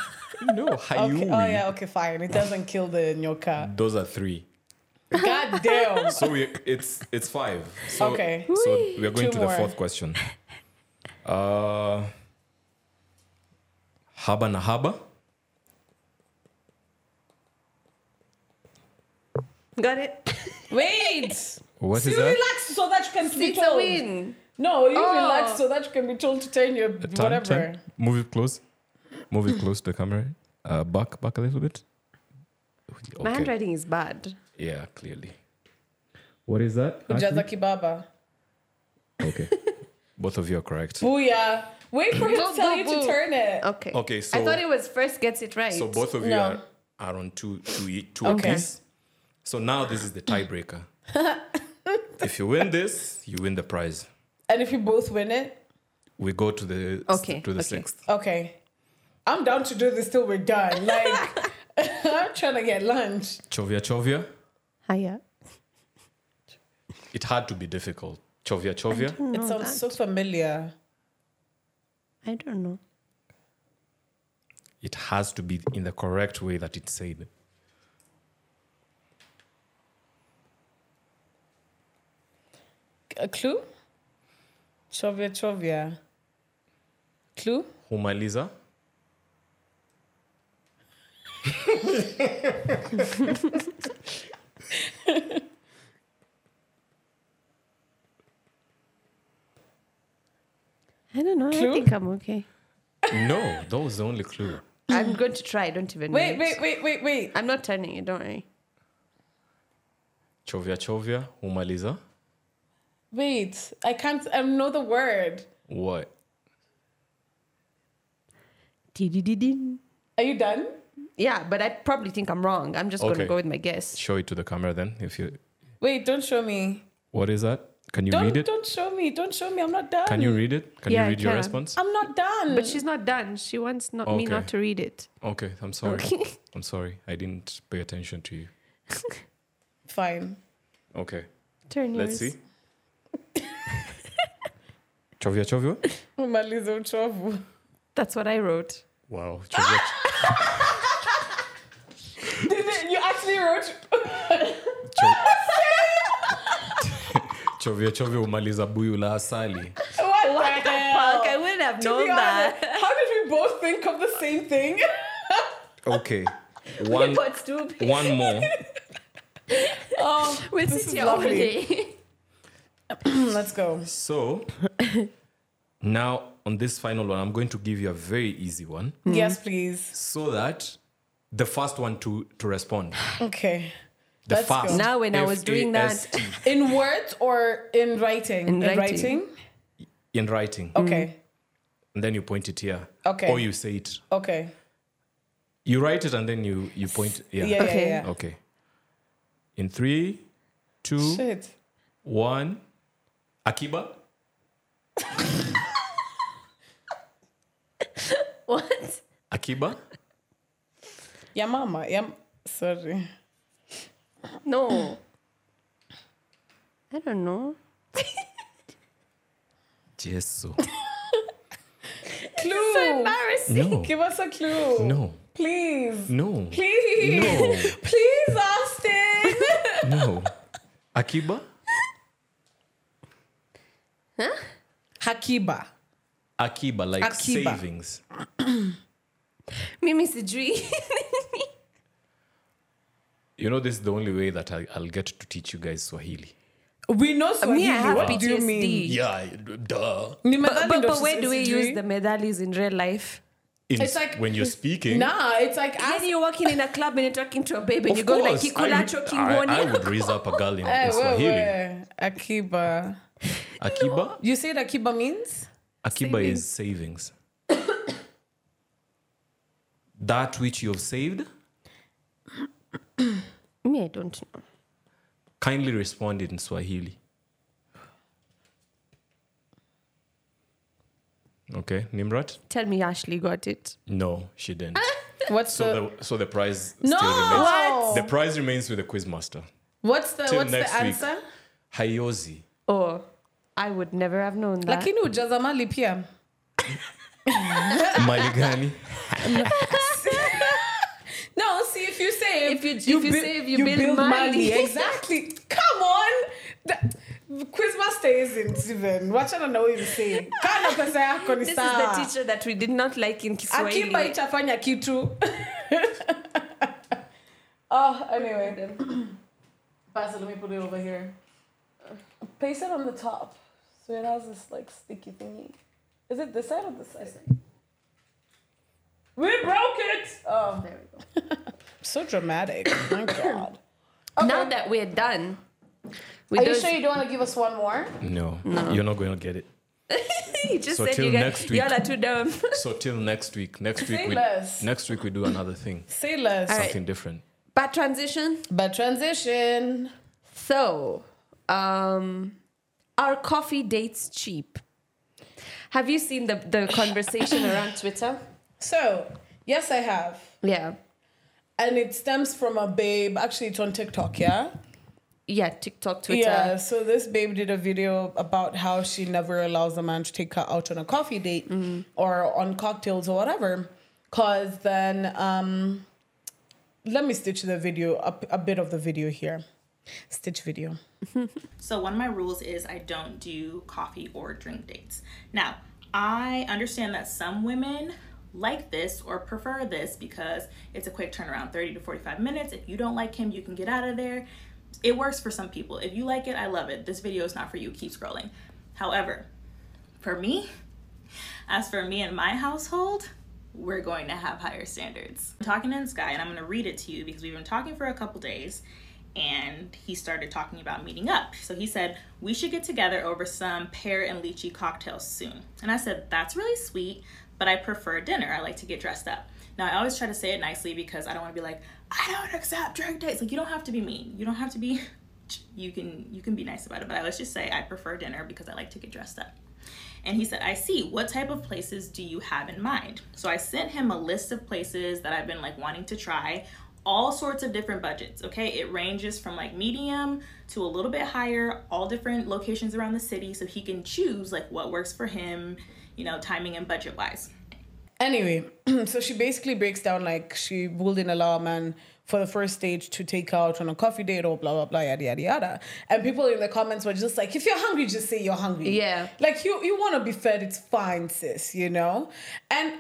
D: no haiwi
B: Okay. Oh yeah. Okay. Fine. It doesn't kill the nyoka.
D: those are three
B: God damn.
D: So we, it's it's five. So,
B: Okay.
D: So we are going
B: Two
D: to
B: more.
D: the fourth question. Uh, haba na haba.
C: Got it. [LAUGHS]
B: Wait.
D: What is
B: you relax so that you can be
C: It's
B: told.
C: a win.
B: No, you
C: Oh.
B: relax so that you can be told to turn your whatever.
D: Move it close. Move it close to the camera. Uh, back back a little bit.
C: My
D: Okay.
C: handwriting is bad.
D: Yeah, clearly.
E: What is that?
B: Ujaza
E: Ashley?
B: kibaba.
E: Okay.
D: Both of you are correct.
B: Booyah. Wait for him
C: Boo,
B: to tell
C: boo,
B: you
C: boo.
B: to turn it.
C: Okay.
D: Okay, so-
C: I thought it was first gets it right.
D: So both of you
B: No.
D: are, are on two two e- two
B: Okay.
D: apiece. So now this is
C: [LAUGHS]
D: the tiebreaker. if you win this, you win the prize.
B: And if you both win it,
D: We go to the
C: Okay,
D: to the
C: okay.
D: sixth.
B: okay. I'm down to do this till we're done. Like, [LAUGHS] I'm trying to get lunch.
D: Chovia chovia.
C: Hiya.
D: It had to be difficult. Chovia chovia.
B: It sounds so familiar.
C: I don't know.
D: It has to be in the correct way that it's said.
B: A clue? Chovia chovia. Clue?
D: Humaliza.
C: I don't know.
B: Clue?
C: I think I'm okay.
D: No, that was the only clue.
C: [LAUGHS] I'm going to try. I don't even know.
B: Wait,
C: it.
B: wait, wait, wait, wait.
C: I'm not turning it. Don't worry.
D: chovya chovya humaliza
B: Wait, I can't. I know the word.
D: what
C: Dee-dee-dee-dee.
B: Are you done?
C: Yeah, but I probably think I'm wrong. I'm just
D: Okay.
C: gonna go with my guess.
D: show it to the camera then if you
B: Wait, don't show me.
D: what is that can you
B: Don't
D: read it
B: don't show me. Don't show me. I'm not done.
D: can you read it can
C: Yeah,
D: you
C: I
D: read your
C: can.
D: response
B: I'm not done.
C: But she's not done. She wants not me
D: Okay.
C: not to read it.
D: okay i'm sorry
C: Okay. [LAUGHS]
D: i'm sorry i didn't pay attention to you
B: fine.
D: okay
C: Turn
D: let's
C: yours.
D: see [LAUGHS] chovya chovya
B: Oh, Umaliza
C: [LAUGHS]
B: uchovu.
C: That's what I wrote.
D: [LAUGHS] wow chovya
B: Did it, you actually wrote? [LAUGHS]
D: chovya [LAUGHS] chovya humaliza buyu la asali
B: What,
C: What the
B: hell?
C: fuck? I wouldn't
B: [LAUGHS]
C: have
B: To
C: known
B: be
C: that. [LAUGHS]
B: honest, how did we both think of the same thing?
D: okay one
C: But stupid.
D: one more
B: Oh,
C: We'll
B: This
C: sit
B: is
C: here all
B: lovely.
C: day.
B: let's go.
D: so now on this final one i'm going to give you a very easy one
B: Yes, please.
D: so that the first one to to respond
B: Okay.
D: the E
B: Let's go.
D: fast
C: Now when I was doing that-
D: F-A-S-T,
B: In words or in writing?
C: In writing.
D: in writing
C: Oh.
B: Okay.
D: Mm. and then you point it here
B: Okay.
D: or you say it
B: Okay.
D: you write it and then you you point yeah,
B: Yeah,
C: Okay.
B: yeah, yeah.
D: okay in three two one.
B: Shit.
D: akiba
C: What?
D: akiba
B: Yeah, mama. Yeah. Sorry.
C: [LAUGHS] No. I don't know.
D: jesu
B: Clue.
C: Embarrassing.
D: no
B: Give us a clue.
D: no
B: Please.
D: no
B: Please.
D: No.
B: Please, Austin.
D: no akiba
B: Hakiba.
D: akiba like
B: Akiba.
D: savings
C: Mimi [LAUGHS] sijui.
D: you know this is the only way that I, i'll get to teach you guys swahili
B: [LAUGHS] We know Swahili.
C: Me, I have
B: what do you
C: PTSD.
B: mean?
D: yeah duh
B: Ni
C: But,
B: methali
C: but,
B: ndo
C: but where do we
B: tusisijui.
C: use the medallies in real life?
D: In,
B: It's like-
D: when you're speaking
B: Nah, it's like
C: As
B: ask
C: you're walking in a club and you're talking to a baby and
D: Of
C: you go like
D: course, I
C: kikulacho
D: would- I, I
C: kingoni.
D: would raise up a girl in,
B: Eh,
D: in
B: where,
D: Swahili.
B: where? Akiba.
D: Akiba?
B: You said Akiba means?
D: Akiba is savings. [COUGHS] that which you have saved,
C: [LAUGHS] Me, I don't know.
D: kindly respond in Swahili. Okay, Nimrat?
C: Tell me Ashley got it.
D: No, she didn't.
B: What's the,
D: so, the, so the prize
B: No!
D: still remains.
B: What?
D: The prize remains with the quizmaster.
B: what's the
D: Till
B: what's
D: next
B: the
D: week.
B: answer?
D: Hayozi.
C: Oh, I would never have known that.
B: Lakini hujaza mali pia.
D: Maligani.
B: No, see if you save
C: If you- if you
B: bui-
C: save, you build [LAUGHS] mali.
B: Exactly. Come on. The, Quizmaster isn't even. Wachana na huyu msee. Kana pesa yako ni
C: This is
B: sawa.
C: the teacher that we did not like in Kiswahili.
B: Akiba itafanya kitu. [LAUGHS] oh, anyway. Basil, let me put it over here. Paste it on the top so it has this like sticky thingy. Is it this side or this side? We broke it. Oh, there we go. [LAUGHS] so [COUGHS] dramatic. My God.
C: Now that we're done, we
B: Are you
C: don't-
B: sure you don't want to give us one more?
D: No, you're not going to get it.
C: he just
D: So
C: said
D: till
C: you guys,
D: next week.
C: y'all are too dumb.
D: So till next week. Next week
B: Say
D: we
B: less.
D: next week we do another thing.
B: Say less.
C: All right.
D: Something different.
C: Bad transition.
B: But transition.
C: So, um, are coffee dates cheap? Have you seen the,
B: [LAUGHS]
C: the conversation around Twitter?
B: So, yes, I have.
C: Yeah.
B: And it stems from a babe. Actually, it's on TikTok, yeah?
C: Yeah, TikTok, Twitter.
B: Yeah, so this babe did a video about how she never allows a man to take her out on a coffee date or on cocktails or whatever. Because then, um, let me stitch the video, up a bit of the video here. Stitch video.
F: So one of my rules is I don't do coffee or drink dates. Now, I understand that some women like this or prefer this because it's a quick turnaround, 30 to 45 minutes. If you don't like him, you can get out of there. It works for some people. If you like it, I love it. This video is not for you. Keep scrolling. However, for me, as for me and my household, we're going to have higher standards. I'm talking to this guy and I'm going to read it to you because we've been talking for a couple days and he started talking about meeting up. So he said, We should get together over some pear and lychee cocktails soon. And I said, That's really sweet, but I prefer dinner. I like to get dressed up. Now, I always try to say it nicely because I don't want to be like, I don't accept drug dates. Like, you don't have to be mean. You don't have to be, [LAUGHS] you can, you can be nice about it. But I let's just say I prefer dinner because I like to get dressed up. And he said, I see. What type of places do you have in mind? So I sent him a list of places that I've been like wanting to try, all sorts of different budgets. Okay. It ranges from like medium to a little bit higher, all different locations around the city. So he can choose like what works for him, you know, timing and budget wise.
B: Anyway, [CLEARS THROAT] so she basically breaks down like she wouldn't allow a man for the first stage to take out on a coffee date or blah blah blah yada yada yada. And people in the comments were just like, if you're hungry, just say you're hungry.
C: Yeah.
B: Like you you wanna be fed, it's fine, sis, you know? And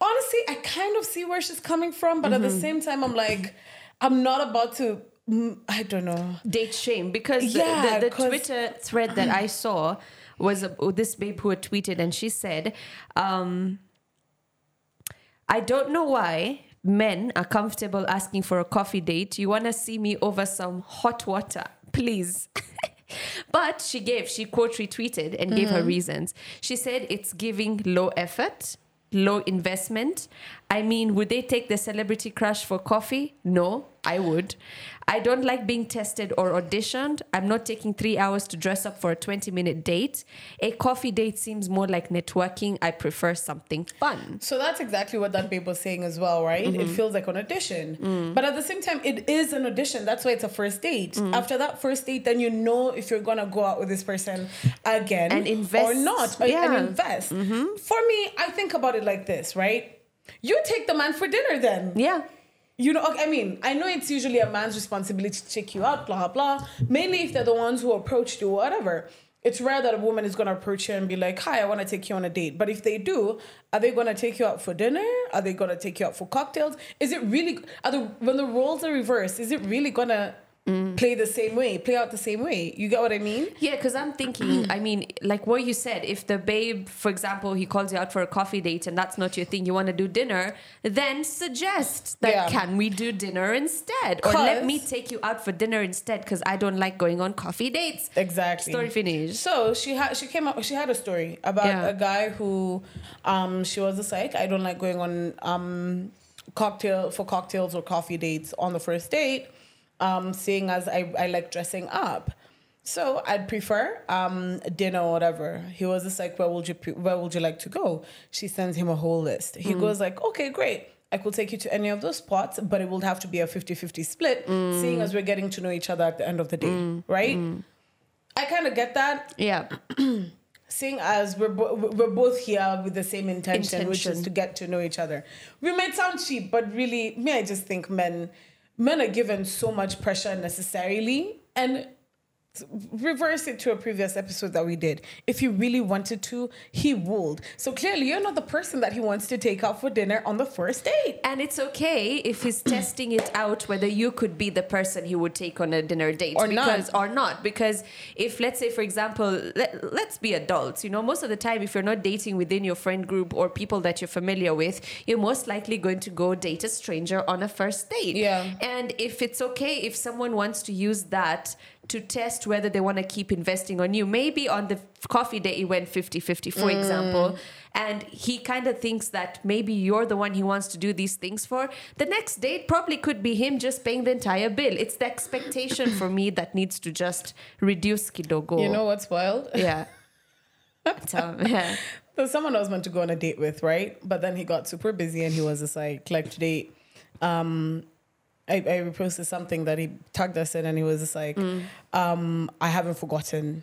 B: honestly, I kind of see where she's coming from, but at the same time, I'm like, I'm not about to mm, I don't know.
C: date shame because the-
B: Yeah,
C: the, the,
B: 'cause-
C: Twitter thread that I saw was a, this babe who had tweeted and she said, um, I don't know why men are comfortable asking for a coffee date. You want to see me over some hot water, please. [LAUGHS] but she gave, she quote retweeted and gave her reasons. She said it's giving low effort. Low investment. I mean, would they take the celebrity crush for coffee? No, I would. I don't like being tested or auditioned. I'm not taking three hours to dress up for a 20 minute date. A coffee date seems more like networking. I prefer something fun.
B: So that's exactly what that babe was saying as well, right? It
C: Mm-hmm.
B: feels like an audition.
C: Mm.
B: But at the same time, it is an audition. That's why it's a first date. After that first date, then you know if you're gonna go out with this person again
C: And invest.
B: or not. or-
C: Yeah. Mm-hmm.
B: And invest. For me, I think about it like this, right? You take the man for dinner then.
C: Yeah.
B: You know, I mean, I know it's usually a man's responsibility to check you out, blah, blah. Mainly if they're the ones who approached you, whatever. It's rare that a woman is going to approach you and be like, hi, I want to take you on a date. But if they do, are they going to take you out for dinner? Are they going to take you out for cocktails? Is it really, are the, when the roles are reversed, is it really going to play the same way, play out the same way? You get what I mean?
C: Yeah, because I'm thinking, I mean, like what you said, if the babe, for example, he calls you out for a coffee date and that's not your thing, you want to do dinner, then suggest that
B: Yeah.
C: can we do dinner instead? Or let
B: 'Cause-
C: me take you out for dinner instead because I don't like going on coffee dates.
B: Exactly.
C: Story finished.
B: So she had she came up she had a story about
C: Yeah.
B: a guy who um she was a psych. I don't like going on um cocktail for cocktails or coffee dates on the first date, um, seeing as I, I like dressing up. So I'd prefer um, dinner or whatever. He was just like, where would you pre- where would you like to go? She sends him a whole list. He goes like, okay, great. I could take you to any of those spots, but it will have to be a 50-50 split, seeing as we're getting to know each other at the end of the day, right? I kind of get that,
C: Yeah.
B: seeing as we're bo- we're both here with the same intention, which is
C: Intention.
B: to get to know each other. We might sound cheap, but really, me, I just think men men are given so much pressure necessarily, and reverse it to a previous episode that we did. If he really wanted to, he would. So clearly, you're not the person that he wants to take out for dinner on the first date.
C: And it's okay if he's [COUGHS] testing it out whether you could be the person he would take on a dinner date
B: Or not.
C: because or not because if let's say for example let, let's be adults you know most of the time if you're not dating within your friend group or people that you're familiar with you're most likely going to go date a stranger on a first date
B: Yeah.
C: and if it's okay if someone wants to use that to test whether they want to keep investing on you maybe on the coffee date it went 50-50
B: Mm.
C: for example and he kind of thinks that maybe you're the one he wants to do these things for the next date probably could be him just paying the entire bill it's the expectation for me that needs to just reduce kidogo
B: You know what's wild? [LAUGHS]
C: yeah so, yeah.
B: There's someone I was meant to go on a date with, right? But then he got super busy and he was just like, like today, um, I, I reposted something that he tagged us in and he was just like,
C: Mm.
B: um, I haven't forgotten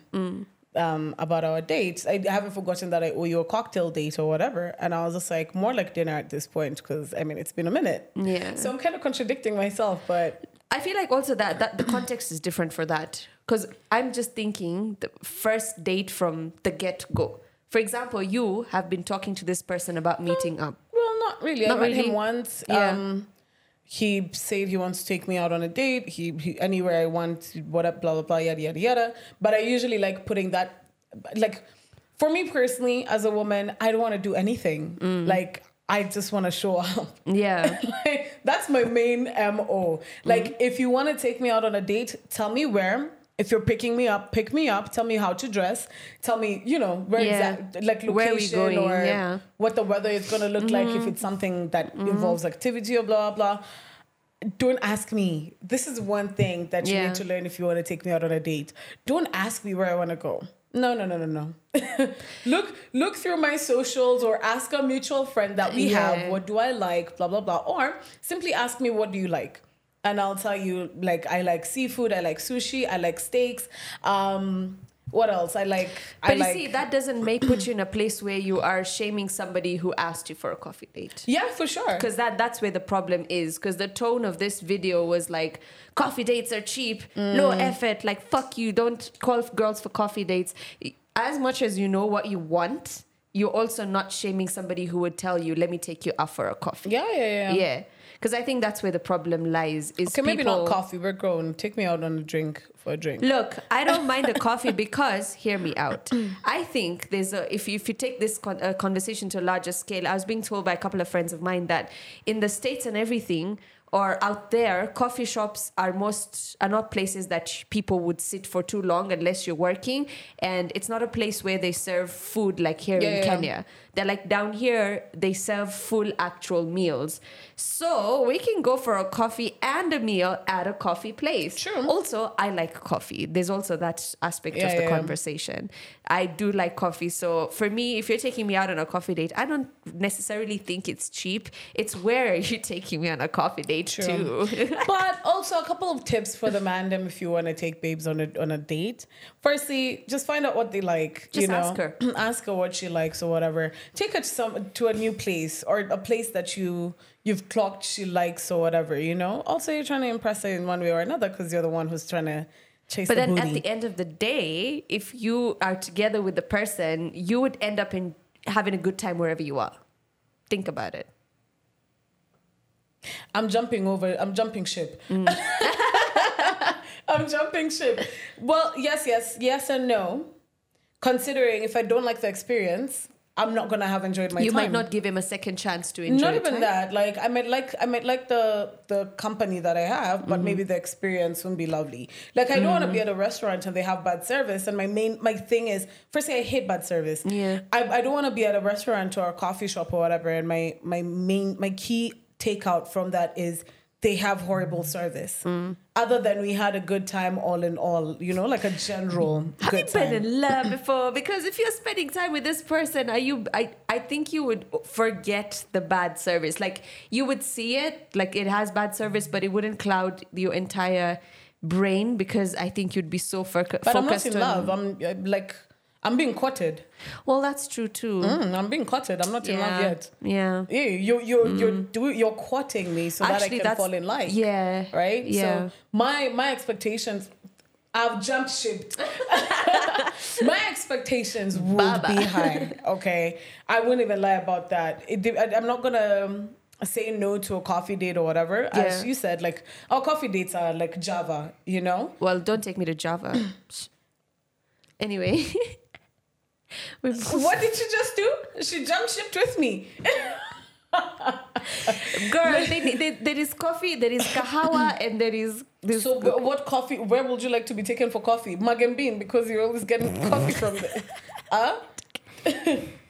B: um, about our dates. I haven't forgotten that I owe you a cocktail date or whatever. And I was just like, more like dinner at this point because I mean, it's been a minute.
C: Yeah.
B: So I'm kind of contradicting myself, but
C: I feel like also that that the context is different for that because I'm just thinking the first date from the get go. For example, you have been talking to this person about
B: [LAUGHS]
C: meeting up.
B: well, not really.
C: Not
B: I met
C: really.
B: him once.
C: Yeah.
B: Um, he said he wants to take me out on a date. He, he anywhere I want, whatever, blah blah blah, yada yada yada. But I usually like putting that, like, for me personally as a woman, I don't want to do anything. Like I just want to show [LAUGHS] up.
C: Yeah.
B: Like, that's my main MO. Like,
C: Mm-hmm.
B: if you want to take me out on a date, tell me where. If you're picking me up, pick me up. Tell me how to dress. Tell me, you know, where
C: Yeah.
B: exact, like location
C: Where we going,
B: or
C: yeah. Mm-hmm.
B: what the weather is going to look like if it's something that involves activity or blah, blah. Don't ask me. This is one thing that you
C: Yeah.
B: need to learn if you want to take me out on a date. Don't ask me where I want to go. No, no, no, no, no. [LAUGHS] look, look through my socials or ask a mutual friend that we
C: Yeah.
B: have. What do I like? Blah blah blah. Or simply ask me what do you like, and I'll tell you. Like I like seafood. I like sushi. I like steaks. Um, what else? I like. [LAUGHS] I
C: But you
B: like,
C: see, that doesn't make put you in a place where you are shaming somebody who asked you for a coffee date.
B: yeah, for sure.
C: Because that, that's where the problem is. Because the tone of this video was like, coffee dates are cheap, no
B: Mm.
C: effort, like, fuck you, don't call f- girls for coffee dates. As much as you know what you want, you're also not shaming somebody who would tell you, let me take you out for a coffee.
B: Yeah, yeah, yeah.
C: Yeah. Because I think that's where the problem lies. Is
B: Okay, maybe
C: people,
B: not coffee. We're grown. Take me out on a drink for a drink.
C: Look, I don't mind
B: [LAUGHS]
C: a coffee because hear me out. I think there's a if you, if you take this con- uh, conversation to a larger scale. I was being told by a couple of friends of mine that in the states and everything or out there, coffee shops are most are not places that people would sit for too long unless you're working, and it's not a place where they serve food like here
B: Yeah,
C: in
B: yeah, yeah.
C: Kenya. They're like down here, they serve full actual meals. So we can go for a coffee and a meal at a coffee place.
B: True.
C: Also, I like coffee. There's also that aspect
B: Yeah,
C: of
B: yeah,
C: the
B: yeah.
C: conversation. I do like coffee. So for me, if you're taking me out on a coffee date, I don't necessarily think it's cheap. It's where [LAUGHS] you're taking me on a coffee
B: [LAUGHS]
C: date
B: True.
C: too.
B: but also a couple of tips for the mandem if you want to take babes on a on a date. Firstly, just find out what they like. you
C: Just
B: know,
C: ask her.
B: [CLEARS THROAT] ask her what she likes or whatever. Take her to some to a new place or a place that you you've clocked she likes or whatever. You know. Also, you're trying to impress her in one way or another because you're the one who's trying to chase.
C: But
B: the
C: then at
B: booty.
C: the end of the day, if you are together with the person, you would end up in having a good time wherever you are. Think about it.
B: I'm jumping over. I'm jumping ship. [LAUGHS] I'm jumping ship. Well, yes, yes, yes, and no. Considering if I don't like the experience, I'm not gonna have enjoyed my
C: you
B: time.
C: might not give him a second chance to enjoy.
B: Not
C: it,
B: even
C: right?
B: that. Like I might like I might like the the company that I have, but
C: Mm-hmm.
B: maybe the experience wouldn't be lovely. Like I don't want to be at a restaurant and they have bad service. And my main my thing is firstly I hate bad service.
C: Yeah.
B: I, I don't want to be at a restaurant or a coffee shop or whatever. And my my main my key takeout from that is they have horrible service.
C: Mm.
B: Other than we had a good time all in all, you know, like a general
C: Have
B: good
C: you been
B: time.
C: in love before? Because if you're spending time with this person, are you? I I think you would forget the bad service. Like you would see it, like it has bad service, but it wouldn't cloud your entire brain because I think you'd be so foc-
B: but
C: focused
B: I'm not in
C: on.
B: love. I'm uh, like I'm being courted.
C: Well, that's true too.
B: Mm, I'm being courted. I'm not in love yet.
C: Yeah.
B: Yeah, you you you're do, you're courting me so
C: Mm. Actually,
B: that I can
C: that's-
B: fall in love.
C: yeah,
B: Right?
C: yeah.
B: So my my expectations I've jumped shipped. [LAUGHS] my expectations would be
C: [LAUGHS]
B: high. Okay. I wouldn't even lie about that. It, de- I, am not gonna um, say no to a coffee date or whatever. As
C: Yeah.
B: you said, like our coffee dates are like Java, you know? [LAUGHS]
C: Well, don't take me to
B: [CLEARS THROAT]
C: Java. anyway. [LAUGHS] we
B: What did she just do? She jumped shipped with me.
C: [LAUGHS] Girl, they, they, there is coffee, there is kahawa, and there is this.
B: So, wh- what coffee? Where would you like to be taken for coffee? Mug and bean, because you're always
C: [LAUGHS]
B: getting coffee from there. Huh? [LAUGHS]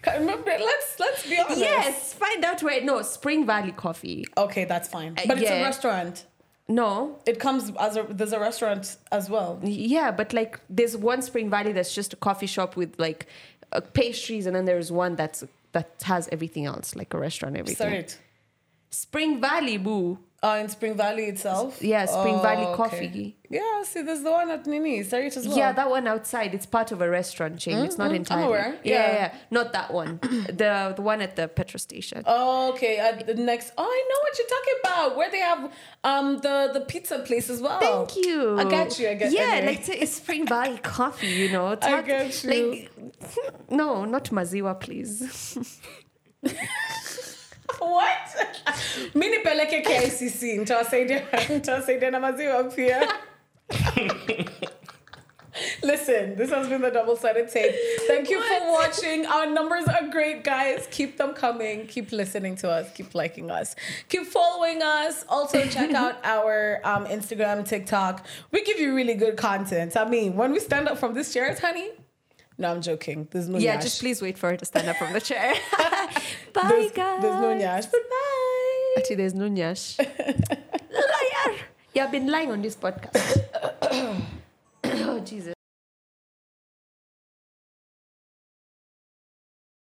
B: Can't Remember, let's let's be honest.
C: yes, find out where. No, Spring Valley Coffee.
B: Okay, that's fine.
C: Uh,
B: But it's a
C: yeah.
B: restaurant.
C: No,
B: It comes as a there's a restaurant as well.
C: yeah, but like there's one Spring Valley that's just a coffee shop with like uh, pastries, and then there's one that's that has everything else, like a restaurant, everything.
B: Sorry.
C: Spring Valley, boo.
B: Uh, in Spring Valley itself. Oh,
C: Yeah, Spring Valley
B: okay.
C: Coffee.
B: Yeah, see, there's the one at Nini. Sorry as well.
C: Yeah, that one outside. It's part of a restaurant chain. It's not entirely.
B: aware.
C: Yeah,
B: Yeah.
C: Mm-hmm. yeah, yeah. not that one. [CLEARS THROAT] the the one at the petrol station.
B: Okay, at the next. Oh, I know what you're talking about. Where they have um the the pizza place as well.
C: Thank you.
B: Oh, I got you. I got
C: Yeah,
B: anyway.
C: like t- it's Spring Valley coffee, you know. Talk-
B: got you.
C: Like, [LAUGHS] no, not maziwa, please.
B: What? Mi nipeleke KICC nitawasaidia [LAUGHS] nitawasaidia na maziwa [LAUGHS] pia. Listen, this has been the double sided tape. Thank you for watching. Our numbers are great, guys. Keep them coming. Keep listening to us. Keep liking us. Keep following us. Also, check
C: [LAUGHS]
B: out our um, Instagram, TikTok. We give you really good content. I mean, when we stand up from these chairs, honey. No, I'm joking. There's no
C: Yeah,
B: nyash.
C: just please wait for her to stand up from the chair. [LAUGHS] Bye,
B: There's,
C: guys.
B: there's no nyash. But bye. [LAUGHS]
C: Actually, there's no nyash. Liar! You have been lying on this podcast. [COUGHS] Oh,